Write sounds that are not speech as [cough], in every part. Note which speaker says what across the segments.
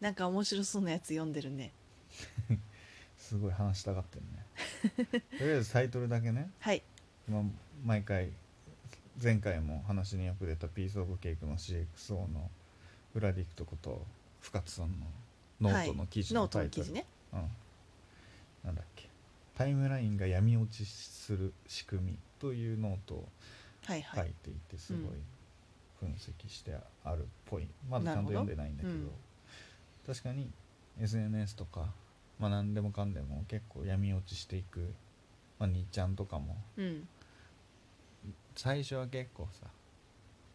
Speaker 1: なんか面白そうなやつ読んでるね
Speaker 2: すごい話したがってるね [laughs] とりあえずタイトルだけね
Speaker 1: はい
Speaker 2: 今毎回前回も話によく出た「ピース・オブ・ケーク」の CXO のフラディクトこと深津さんのノートの記事
Speaker 1: ノ
Speaker 2: の
Speaker 1: ート
Speaker 2: タ
Speaker 1: の
Speaker 2: イト
Speaker 1: 記
Speaker 2: ル、
Speaker 1: 事ね
Speaker 2: うん、なんだっけ「タイムラインが闇落ちする仕組み」というノートを
Speaker 1: はいはい、
Speaker 2: 書いていてすごい分析してあるっぽい、まだちゃんと
Speaker 1: なるほど
Speaker 2: 読んでないんだけど、
Speaker 1: うん
Speaker 2: 確かに SNS とか、まあ、何でもかんでも結構闇落ちしていく、まあ、兄ちゃんとかも
Speaker 1: うん
Speaker 2: 最初は結構さ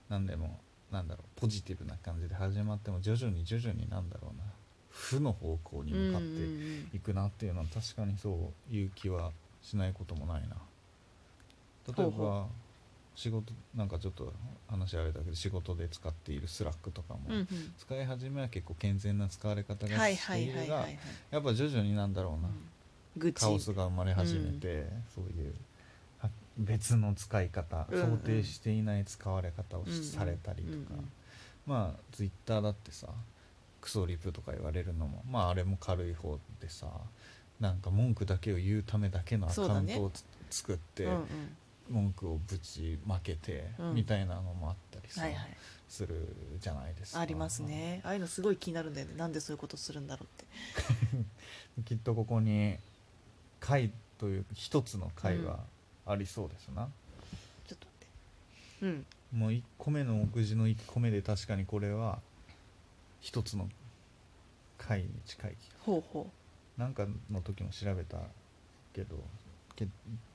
Speaker 2: 何でもなんだろうポジティブな感じで始まっても徐々に徐々になんだろうな負の方向に向かっ
Speaker 1: うんうん
Speaker 2: て
Speaker 1: うん
Speaker 2: いくなっていうのは確かにそういう気はしないこともないな例え
Speaker 1: ほうほ
Speaker 2: ば仕事なんかちょっと話あれだけど仕事で使っているスラックとかも、
Speaker 1: うんうん
Speaker 2: 使い始めは結構健全な使われ方が
Speaker 1: はい
Speaker 2: し
Speaker 1: は
Speaker 2: て
Speaker 1: い
Speaker 2: い
Speaker 1: は
Speaker 2: る
Speaker 1: いは
Speaker 2: が
Speaker 1: い、
Speaker 2: やっぱ徐々になんだろう
Speaker 1: う
Speaker 2: な、
Speaker 1: ん、愚痴
Speaker 2: カオスが生まれ始めて、そういうは別の使い方、
Speaker 1: うんうん
Speaker 2: 想定していない使われ方をし
Speaker 1: うんうん
Speaker 2: されたりと
Speaker 1: う
Speaker 2: か、
Speaker 1: んうん
Speaker 2: まあツイッターだってさクソリプとか言われるのもまああれも軽い方でさなんか文句だけを言うためだけのアカ
Speaker 1: そう
Speaker 2: ウ
Speaker 1: だ
Speaker 2: ン
Speaker 1: ね
Speaker 2: トをつ、作って、
Speaker 1: うんうん
Speaker 2: 文句をぶちまけて、
Speaker 1: うん
Speaker 2: みたいなのもあったりさ、
Speaker 1: はいはい
Speaker 2: するじゃないですか。
Speaker 1: ありますねああいうのすごい気になるんだよねなんでそういうことするんだろうって
Speaker 2: きっとここに回という一つの回はありそうですな。
Speaker 1: ちょっと待って
Speaker 2: もう1個目の目次の1個目で確かにこれは一つの回に近い気が
Speaker 1: うんほうほ
Speaker 2: なんかの時も調べたけどけ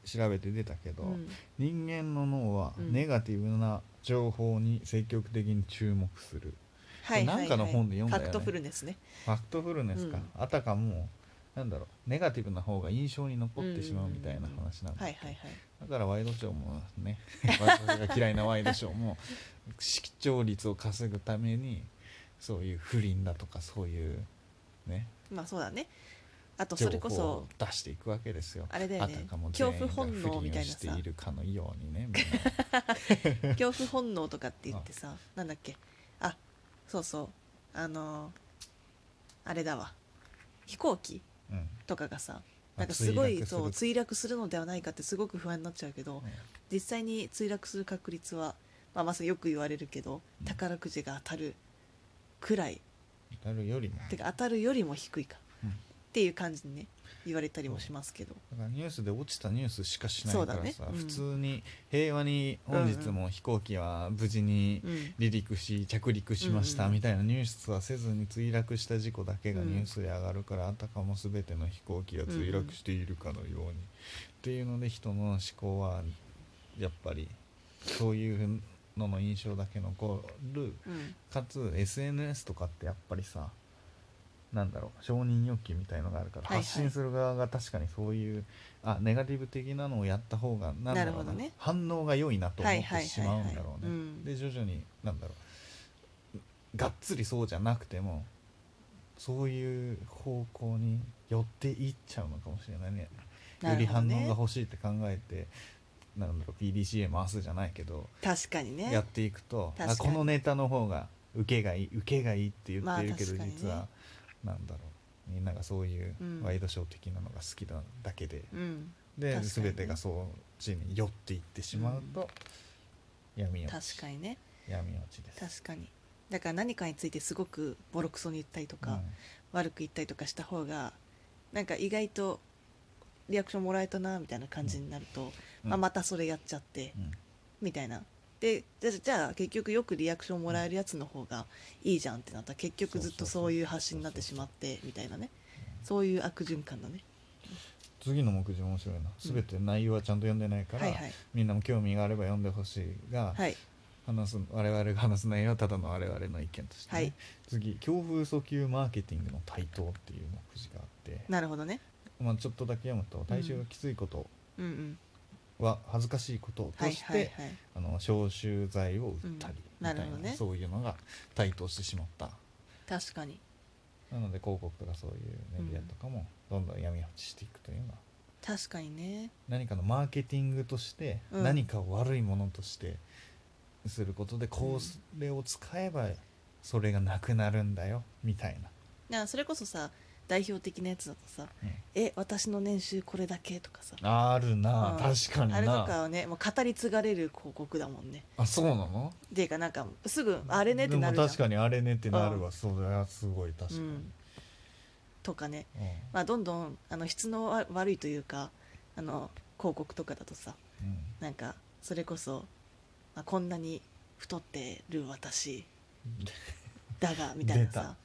Speaker 2: 調べて出たけ
Speaker 1: う、
Speaker 2: ど、
Speaker 1: うん、
Speaker 2: 人間の脳は
Speaker 1: うん
Speaker 2: ネガティブな情報に積極的に注目する、
Speaker 1: はいはいはい
Speaker 2: なんかの本で読んだよね
Speaker 1: ファクトフルネスね
Speaker 2: ファクトフルネスか、あたかもなんだろうネガティブな方が印象に残ってしまうみたいな話なんだっ
Speaker 1: は
Speaker 2: け
Speaker 1: いはいはい
Speaker 2: だからワイドショーもね私が嫌いなワイドショーも視聴率を稼ぐためにそういう不倫だとかそういうね
Speaker 1: まあそうだねあと
Speaker 2: 情
Speaker 1: それこ
Speaker 2: 報
Speaker 1: そ
Speaker 2: を出していくわけですよ。
Speaker 1: あれだよ
Speaker 2: あ
Speaker 1: ね
Speaker 2: たかも全
Speaker 1: 恐
Speaker 2: 員が
Speaker 1: 怖本能
Speaker 2: 不
Speaker 1: みたいな
Speaker 2: 倫を [laughs] して
Speaker 1: さ
Speaker 2: いるかのようにねみんな
Speaker 1: 恐怖本能とかって言ってさなんだっけあそうそうあのーあれだわ飛行機
Speaker 2: うん
Speaker 1: とかがさ
Speaker 2: あ
Speaker 1: なんかすごい
Speaker 2: 墜落する
Speaker 1: そう墜落するのではないかってすごく不安になっちゃうけど、
Speaker 2: うん
Speaker 1: 実際に墜落する確率は、まあ、まさによく言われるけど
Speaker 2: うん
Speaker 1: 宝くじが当たるくらい、
Speaker 2: なるよりも
Speaker 1: てか当たるよりも低いか、
Speaker 2: うん
Speaker 1: っていう感じにね言われたりもしますけど、
Speaker 2: だからニュースで落ちたニュースしかしない
Speaker 1: そ
Speaker 2: か
Speaker 1: うだ
Speaker 2: ら
Speaker 1: ね
Speaker 2: さ、
Speaker 1: うん
Speaker 2: 普通に平和に本日も飛行機は無事に
Speaker 1: うん
Speaker 2: 離陸し着陸しまし
Speaker 1: うん
Speaker 2: た
Speaker 1: うん
Speaker 2: みたいなニュースはせずに墜落した事故だけが
Speaker 1: うん
Speaker 2: ニュースで上がるから、あたかも全ての飛行機が墜落しているかのように、っていうので人の思考はやっぱりそういうのの印象だけ残る
Speaker 1: うん
Speaker 2: かつ SNS とかってやっぱりさなんだろう承認欲求みたいのがあるから、
Speaker 1: はいはい
Speaker 2: 発信する側が確かにそういうあネガティブ的なのをやった方がなんだろう
Speaker 1: なるほどね
Speaker 2: 反応が良いなと思
Speaker 1: はい
Speaker 2: っ
Speaker 1: は
Speaker 2: て
Speaker 1: い
Speaker 2: し
Speaker 1: はい
Speaker 2: ま
Speaker 1: は
Speaker 2: う
Speaker 1: い
Speaker 2: んだろうね。
Speaker 1: うん
Speaker 2: で徐々になんだろうがっつりそうじゃなくてもそういう方向に寄っていっちゃうのかもしれないね。よ
Speaker 1: な
Speaker 2: り
Speaker 1: るほど
Speaker 2: 反応
Speaker 1: ね
Speaker 2: が欲しいって考えてなんだろう PDCA 回すじゃないけど、
Speaker 1: 確かに
Speaker 2: やっ
Speaker 1: ね
Speaker 2: ていくとあ
Speaker 1: 確か
Speaker 2: こ
Speaker 1: に
Speaker 2: のネタの方が受けがいい受けがいいって言
Speaker 1: まあ
Speaker 2: ってるけど、
Speaker 1: 確かにね
Speaker 2: 実はなんだろうみんながそういう
Speaker 1: うん
Speaker 2: ワイドショー的なのが好きなだけで、
Speaker 1: うん
Speaker 2: で
Speaker 1: 確かにね
Speaker 2: 全てがそっちに寄っていってしまうと、闇落ち
Speaker 1: 確かにね
Speaker 2: 闇落ちです。
Speaker 1: 確かにだから何かについてすごくボロクソに言ったりとか、悪く言ったりとかした方がなんか意外とリアクションもらえたなみたいな感じになると、
Speaker 2: うん
Speaker 1: まあ、またそれやっちゃって、
Speaker 2: うんうん
Speaker 1: みたいなでじゃあじゃあ結局よくリアクションもらえるやつの方がいいじゃんってなったら結局ずっとそういう発信になってしまってみたいなねそういう悪循環だね
Speaker 2: 次の目次面白いな全て内容はちゃんと読んでないから、
Speaker 1: はいはい
Speaker 2: みんなも興味があれば読んでほしいが、
Speaker 1: はい
Speaker 2: 話す我々が話す内容はただの我々の意見として
Speaker 1: は
Speaker 2: ね、
Speaker 1: い
Speaker 2: 次「強風訴求マーケティングの台頭」っていう目次があって、
Speaker 1: なるほどね
Speaker 2: まあ、ちょっとだけ読むと大衆がきついこと
Speaker 1: うんうん
Speaker 2: は恥ずかしいこと
Speaker 1: は
Speaker 2: と
Speaker 1: い
Speaker 2: して、
Speaker 1: はいはい
Speaker 2: あの消臭剤を売ったり
Speaker 1: うん
Speaker 2: みた
Speaker 1: な
Speaker 2: いな,、
Speaker 1: るほどね
Speaker 2: そういうのが台頭してしまった
Speaker 1: 確かに
Speaker 2: なので広告とかそういうメディアとかもどんどん闇落ちしていくというのは、
Speaker 1: 確かにね
Speaker 2: 何かのマーケティングとして
Speaker 1: うん
Speaker 2: 何かを悪いものとしてすることでこうそれを使えばそれがなくなるんだよみたいな
Speaker 1: なそれこそさ代表的なやつだとさ
Speaker 2: うん
Speaker 1: 「え私の年収これだけ」とかさ
Speaker 2: あるな、
Speaker 1: うん
Speaker 2: 確かに
Speaker 1: あれと
Speaker 2: な
Speaker 1: かはねもう語り継がれる広告だもんね
Speaker 2: あそうなの
Speaker 1: っていうかなんかすぐ「あれね」ってなる
Speaker 2: で
Speaker 1: じゃ
Speaker 2: も
Speaker 1: ん
Speaker 2: 確かにあれねってなるわ、それはすごい確かに、
Speaker 1: う
Speaker 2: うん
Speaker 1: ん、とかね、まあ、どんどんあの質のわ悪いというかあの広告とかだとさなんかそれこそ、まあ、こんなに太ってる私だがみたいな
Speaker 2: 出た [laughs]
Speaker 1: さ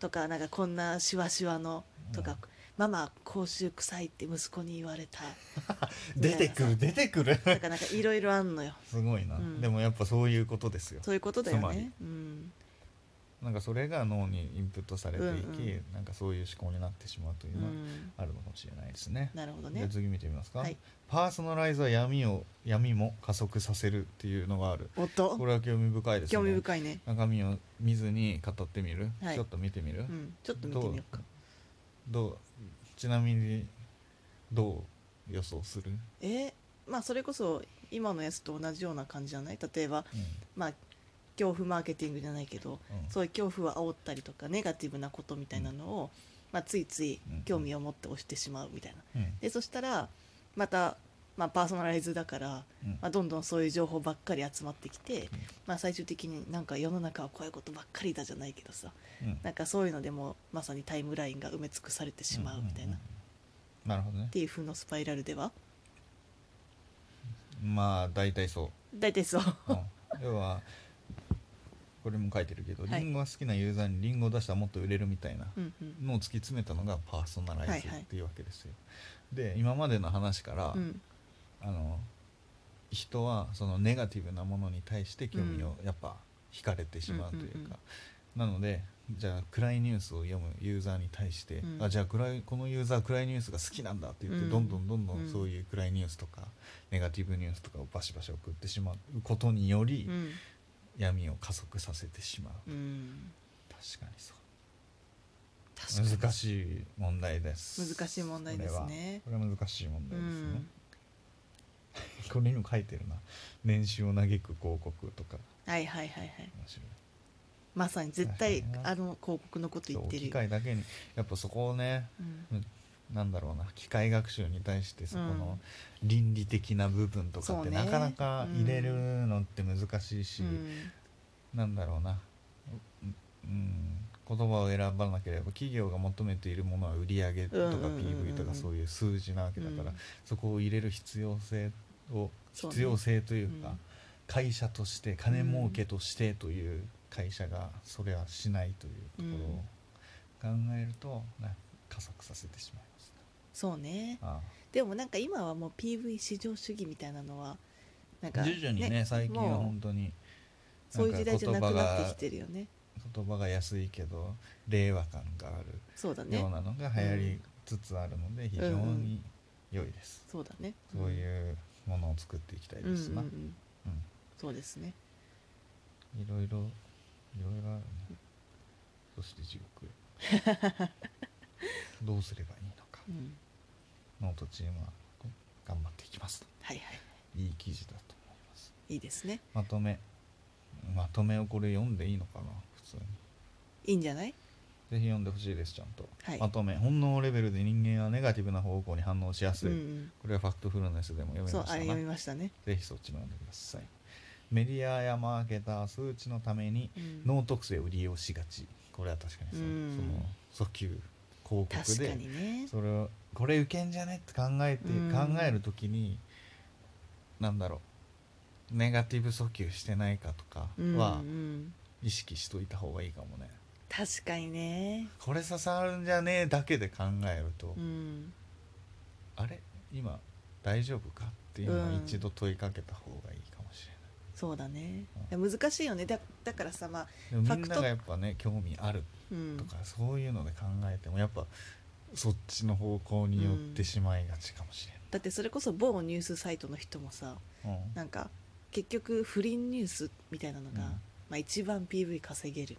Speaker 1: とかなんかこんなシワシワのとか、
Speaker 2: うん
Speaker 1: ママ口臭臭いって息子に言われた
Speaker 2: うん出てくる出て
Speaker 1: [laughs]
Speaker 2: くる
Speaker 1: とかなんかいろいろあんのよ
Speaker 2: すごいな、
Speaker 1: うん
Speaker 2: でもやっぱそういうことですよ
Speaker 1: そういうことだよ
Speaker 2: つまり
Speaker 1: ね、うん、
Speaker 2: なんかそれが脳にインプットされていき、
Speaker 1: うんう
Speaker 2: なんかそういう思考になってしまうといううのは
Speaker 1: ん、
Speaker 2: あるのかもしれないですね。
Speaker 1: なるほど
Speaker 2: じゃあ
Speaker 1: ね
Speaker 2: 次見てみますか、
Speaker 1: はい
Speaker 2: パーソナライズは闇を闇も加速させるっていうのがある
Speaker 1: おっと
Speaker 2: これは興味深いですね
Speaker 1: 興味深いね、
Speaker 2: 中身を見ずに語ってみる、
Speaker 1: はい
Speaker 2: ちょっと見てみる、
Speaker 1: うん、ちょっと見てみようか
Speaker 2: どうちなみにどう予想する、
Speaker 1: えーまあそれこそ今のやつと同じような感じじゃない例えば
Speaker 2: うん
Speaker 1: まあ恐怖マーケティングじゃないけど
Speaker 2: うん
Speaker 1: そういう恐怖を煽ったりとかネガティブなことみたいなのを、まあ、ついつい興味を持って押してしまうみたいな
Speaker 2: うん
Speaker 1: でそしたらまた、まあ、パーソナライズだから、
Speaker 2: うん
Speaker 1: まあ、どんどんそういう情報ばっかり集まってきて、まあ、最終的になんか世の中はこういうことばっかりだじゃないけどさ
Speaker 2: うん
Speaker 1: なんかそういうのでもまさにタイムラインが埋め尽くされてしまうみたいな、
Speaker 2: ん
Speaker 1: っ
Speaker 2: んうんなるほどね
Speaker 1: ていう風のスパイラルでは
Speaker 2: まあ大体そう
Speaker 1: 大体そう。 [laughs]
Speaker 2: うん要はこれも書いてるけど、
Speaker 1: はい
Speaker 2: リンゴが好きなユーザーにリンゴを出したらもっと売れるみたいな
Speaker 1: うんうん
Speaker 2: のを突き詰めたのがパーソナライズ
Speaker 1: はいはい
Speaker 2: っていうわけですよ。で今までの話から、
Speaker 1: うん
Speaker 2: あの人はそのネガティブなものに対して興味をやっぱ惹かれてしまうというか、
Speaker 1: うんうん
Speaker 2: なのでじゃあ暗いニュースを読むユーザーに対して、
Speaker 1: うん
Speaker 2: あじゃあ暗いこのユーザー暗いニュースが好きなんだって言って、
Speaker 1: うん
Speaker 2: どんどんどんど
Speaker 1: うん
Speaker 2: んそういう暗いニュースとか、ネガティブニュースとかをバシバシ送ってしまうことにより、
Speaker 1: うん
Speaker 2: 闇を加速させてしまう、
Speaker 1: うん
Speaker 2: 確かにそう
Speaker 1: 確かに
Speaker 2: 難しい問題です
Speaker 1: 難しい問題ですね
Speaker 2: これはこれは難しい問
Speaker 1: う
Speaker 2: 題ですね、
Speaker 1: ん、
Speaker 2: これにも書いてるな年収を嘆く広告とか
Speaker 1: はいはいはいはい
Speaker 2: 面白い
Speaker 1: まさに絶対
Speaker 2: 確かにな
Speaker 1: あの広告のこと言ってる
Speaker 2: 機
Speaker 1: よ、
Speaker 2: 械だけにやっぱそこをね
Speaker 1: うん
Speaker 2: なんだろうな機械学習に対してそこの
Speaker 1: う
Speaker 2: 倫理的な部分とか
Speaker 1: そ
Speaker 2: っ
Speaker 1: う
Speaker 2: て
Speaker 1: ね
Speaker 2: なかなか入れるのって難しいし、
Speaker 1: うん
Speaker 2: なんだろうな、ううん、言葉を選ばなければ企業が求めているものは売上とか
Speaker 1: うんうんうんうん
Speaker 2: PV とかそういう数字なわけだから、
Speaker 1: うん
Speaker 2: そこを入れる必要性を
Speaker 1: そうね
Speaker 2: 必要性というか
Speaker 1: うん
Speaker 2: 会社として金儲けとしてという会社がそれはしないというところを考えると、な加速させてしまいますね。
Speaker 1: そうね
Speaker 2: あ
Speaker 1: でもなんか今はもう PV 至上主義みたいなのはなん
Speaker 2: あ
Speaker 1: か
Speaker 2: 徐々にね最近は
Speaker 1: も
Speaker 2: 本当に
Speaker 1: うそういう時代じゃなく
Speaker 2: なんか
Speaker 1: な
Speaker 2: 言葉
Speaker 1: っ
Speaker 2: が
Speaker 1: てきてるよね
Speaker 2: 言葉が安いけど令和感がある
Speaker 1: そうだね
Speaker 2: ようなのが流行りつつあるので非常に良いです、
Speaker 1: そうだね
Speaker 2: そう
Speaker 1: う
Speaker 2: いうものを作っていきたい
Speaker 1: んうん
Speaker 2: です
Speaker 1: うんう
Speaker 2: な、うん
Speaker 1: んそうですね
Speaker 2: いろいろいろいろあるねそして地獄へ
Speaker 1: [laughs]
Speaker 2: どうすればいいのか
Speaker 1: うん
Speaker 2: ノートチームは頑張っていきます
Speaker 1: はいはい
Speaker 2: いい記事だと思います
Speaker 1: いいですね
Speaker 2: まとめまとめをこれ読んでいいのかな普通に
Speaker 1: いいんじゃない
Speaker 2: ぜひ読んでほしいですちゃんと、
Speaker 1: はい
Speaker 2: まとめ本能レベルで人間はネガティブな方向に反応しやす
Speaker 1: う
Speaker 2: い、
Speaker 1: ん
Speaker 2: これはファクトフルネスでも
Speaker 1: う
Speaker 2: 読
Speaker 1: ん
Speaker 2: め
Speaker 1: そう
Speaker 2: まし
Speaker 1: あ
Speaker 2: た
Speaker 1: れ
Speaker 2: な
Speaker 1: 読みましたね
Speaker 2: ぜひそっちも読んでくださいメディアやマーケター数値のために
Speaker 1: うん
Speaker 2: 脳特性を利用しがちこれは確かにそう、
Speaker 1: うん
Speaker 2: その訴求広告
Speaker 1: 確か
Speaker 2: で
Speaker 1: にね
Speaker 2: それをこれ受けんじゃねって考えて、
Speaker 1: うん
Speaker 2: 考える時になんだろうネガティブ訴求してないかとかは
Speaker 1: うんうん
Speaker 2: 意識しといた方がいいかもね、
Speaker 1: 確かにね
Speaker 2: これ刺さるんじゃねえだけで考えると、
Speaker 1: うん
Speaker 2: あれ今大丈夫かっていうの
Speaker 1: う
Speaker 2: を
Speaker 1: ん
Speaker 2: 一度問いかけた方がいいかもしれない
Speaker 1: そうだねいや難しいよねだだからさまあ、
Speaker 2: でも
Speaker 1: ファ
Speaker 2: みん
Speaker 1: クト
Speaker 2: ながやっぱね興味ある
Speaker 1: うん
Speaker 2: とか、そういうので考えてもやっぱそっちの方向に寄ってしまいがちかもし
Speaker 1: だってそれこそ某ニュースサイトの人もさ
Speaker 2: れない、
Speaker 1: なんか結局不倫ニュースみたいなのが、
Speaker 2: うん
Speaker 1: まあ、一番 PV 稼げるみ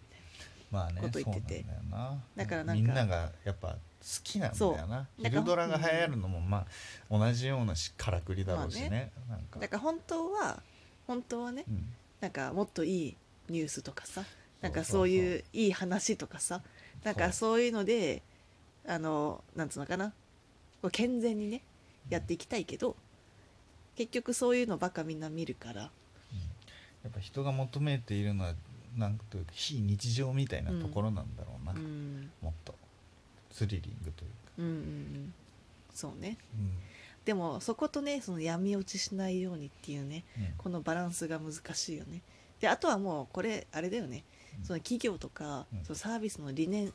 Speaker 2: まあね
Speaker 1: こと言ってて
Speaker 2: そうなんだよな
Speaker 1: だからなんか
Speaker 2: みんながやっぱ好きなんだよな
Speaker 1: そう
Speaker 2: 昼ドラが流行るのもまあ同じようなしからくりだろうし
Speaker 1: まあ
Speaker 2: ね,、なん
Speaker 1: た
Speaker 2: か
Speaker 1: いなだから本当は本当はね
Speaker 2: うん
Speaker 1: なんかもっといいニュースとかさなんか
Speaker 2: そ
Speaker 1: そうう
Speaker 2: そうそう
Speaker 1: いういい話とかさなんかそういうのであのなんつうのかなこう健全にねやっていきたいけど、結局そういうのばっかみんな見るから
Speaker 2: やっぱ人が求めているのはなんというか非日常みたいなところなんだろうな、
Speaker 1: うん
Speaker 2: もっとスリリングというか、
Speaker 1: うんうんうんそうね
Speaker 2: う
Speaker 1: でもそことねその闇落ちしないようにっていうね
Speaker 2: んうん
Speaker 1: このバランスが難しいよねであとはもうこれあれだよね
Speaker 2: うん
Speaker 1: その企業とか、
Speaker 2: うん
Speaker 1: そのサービスの理念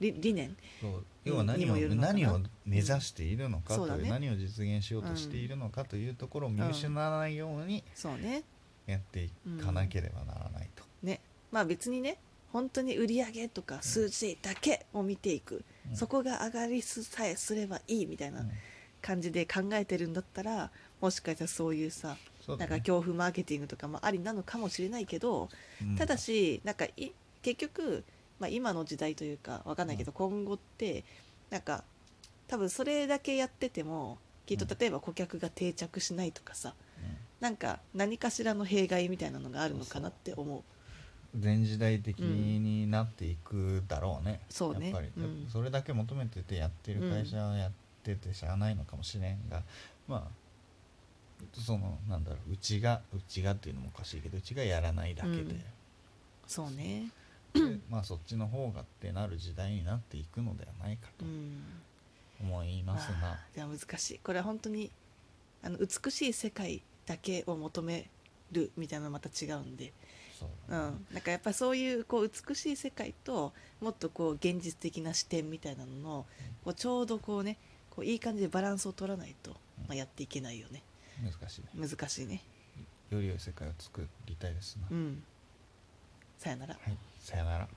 Speaker 1: 理理念
Speaker 2: そう要は何
Speaker 1: にも
Speaker 2: を
Speaker 1: よるのかな
Speaker 2: 何を目指しているのか
Speaker 1: うんそ
Speaker 2: と
Speaker 1: うだ
Speaker 2: いう、
Speaker 1: ね
Speaker 2: 何を実現しようとしているのかというところを見失わないように
Speaker 1: そうね
Speaker 2: やっていかなければならないと、
Speaker 1: ねまあ別にね本当に売り上げとか数字だけを見ていく、
Speaker 2: うん
Speaker 1: そこが上がりさえすればいいみたいな
Speaker 2: うん
Speaker 1: 感じで考えてるんだったらもしかしたらそういうさ
Speaker 2: そう
Speaker 1: な
Speaker 2: だ
Speaker 1: んか
Speaker 2: ね
Speaker 1: 恐怖マーケティングとかもありなのかもしれないけど、
Speaker 2: うん
Speaker 1: ただしなんかい結局、まあ、今の時代というかわかんないけど、今後ってなんか多分それだけやっててもきっと
Speaker 2: うん
Speaker 1: 例えば顧客が定着しないとかさ、
Speaker 2: うん
Speaker 1: なんか何かしらの弊害みたいなのがあるのかなって思う
Speaker 2: 全時代的になっていくだろうね、
Speaker 1: そうね
Speaker 2: やっぱり、
Speaker 1: うん
Speaker 2: それだけ求めててやってる会社はやっててしゃあないのかもしれんが、まあそのなんだろううちがうちがっていうのもおかしいけどうちがやらないだけで,で、
Speaker 1: そうね
Speaker 2: まあそっちの方がってなる時代になっていくのではないかと
Speaker 1: うん
Speaker 2: 思います
Speaker 1: あ
Speaker 2: な、
Speaker 1: ーでも難しいこれは本当にあの美しい世界だけを求めるみたいなのまた違うんで、
Speaker 2: そう
Speaker 1: うん、なんかやっぱそういうこう美しい世界ともっとこう現実的な視点みたいなののこうちょうどこうねこういい感じでバランスを取らないと、まあ、やっていけないよね
Speaker 2: 難しいね
Speaker 1: 難しいね
Speaker 2: より良い世界を作りたいですな、
Speaker 1: うんさよなら
Speaker 2: はいさよなら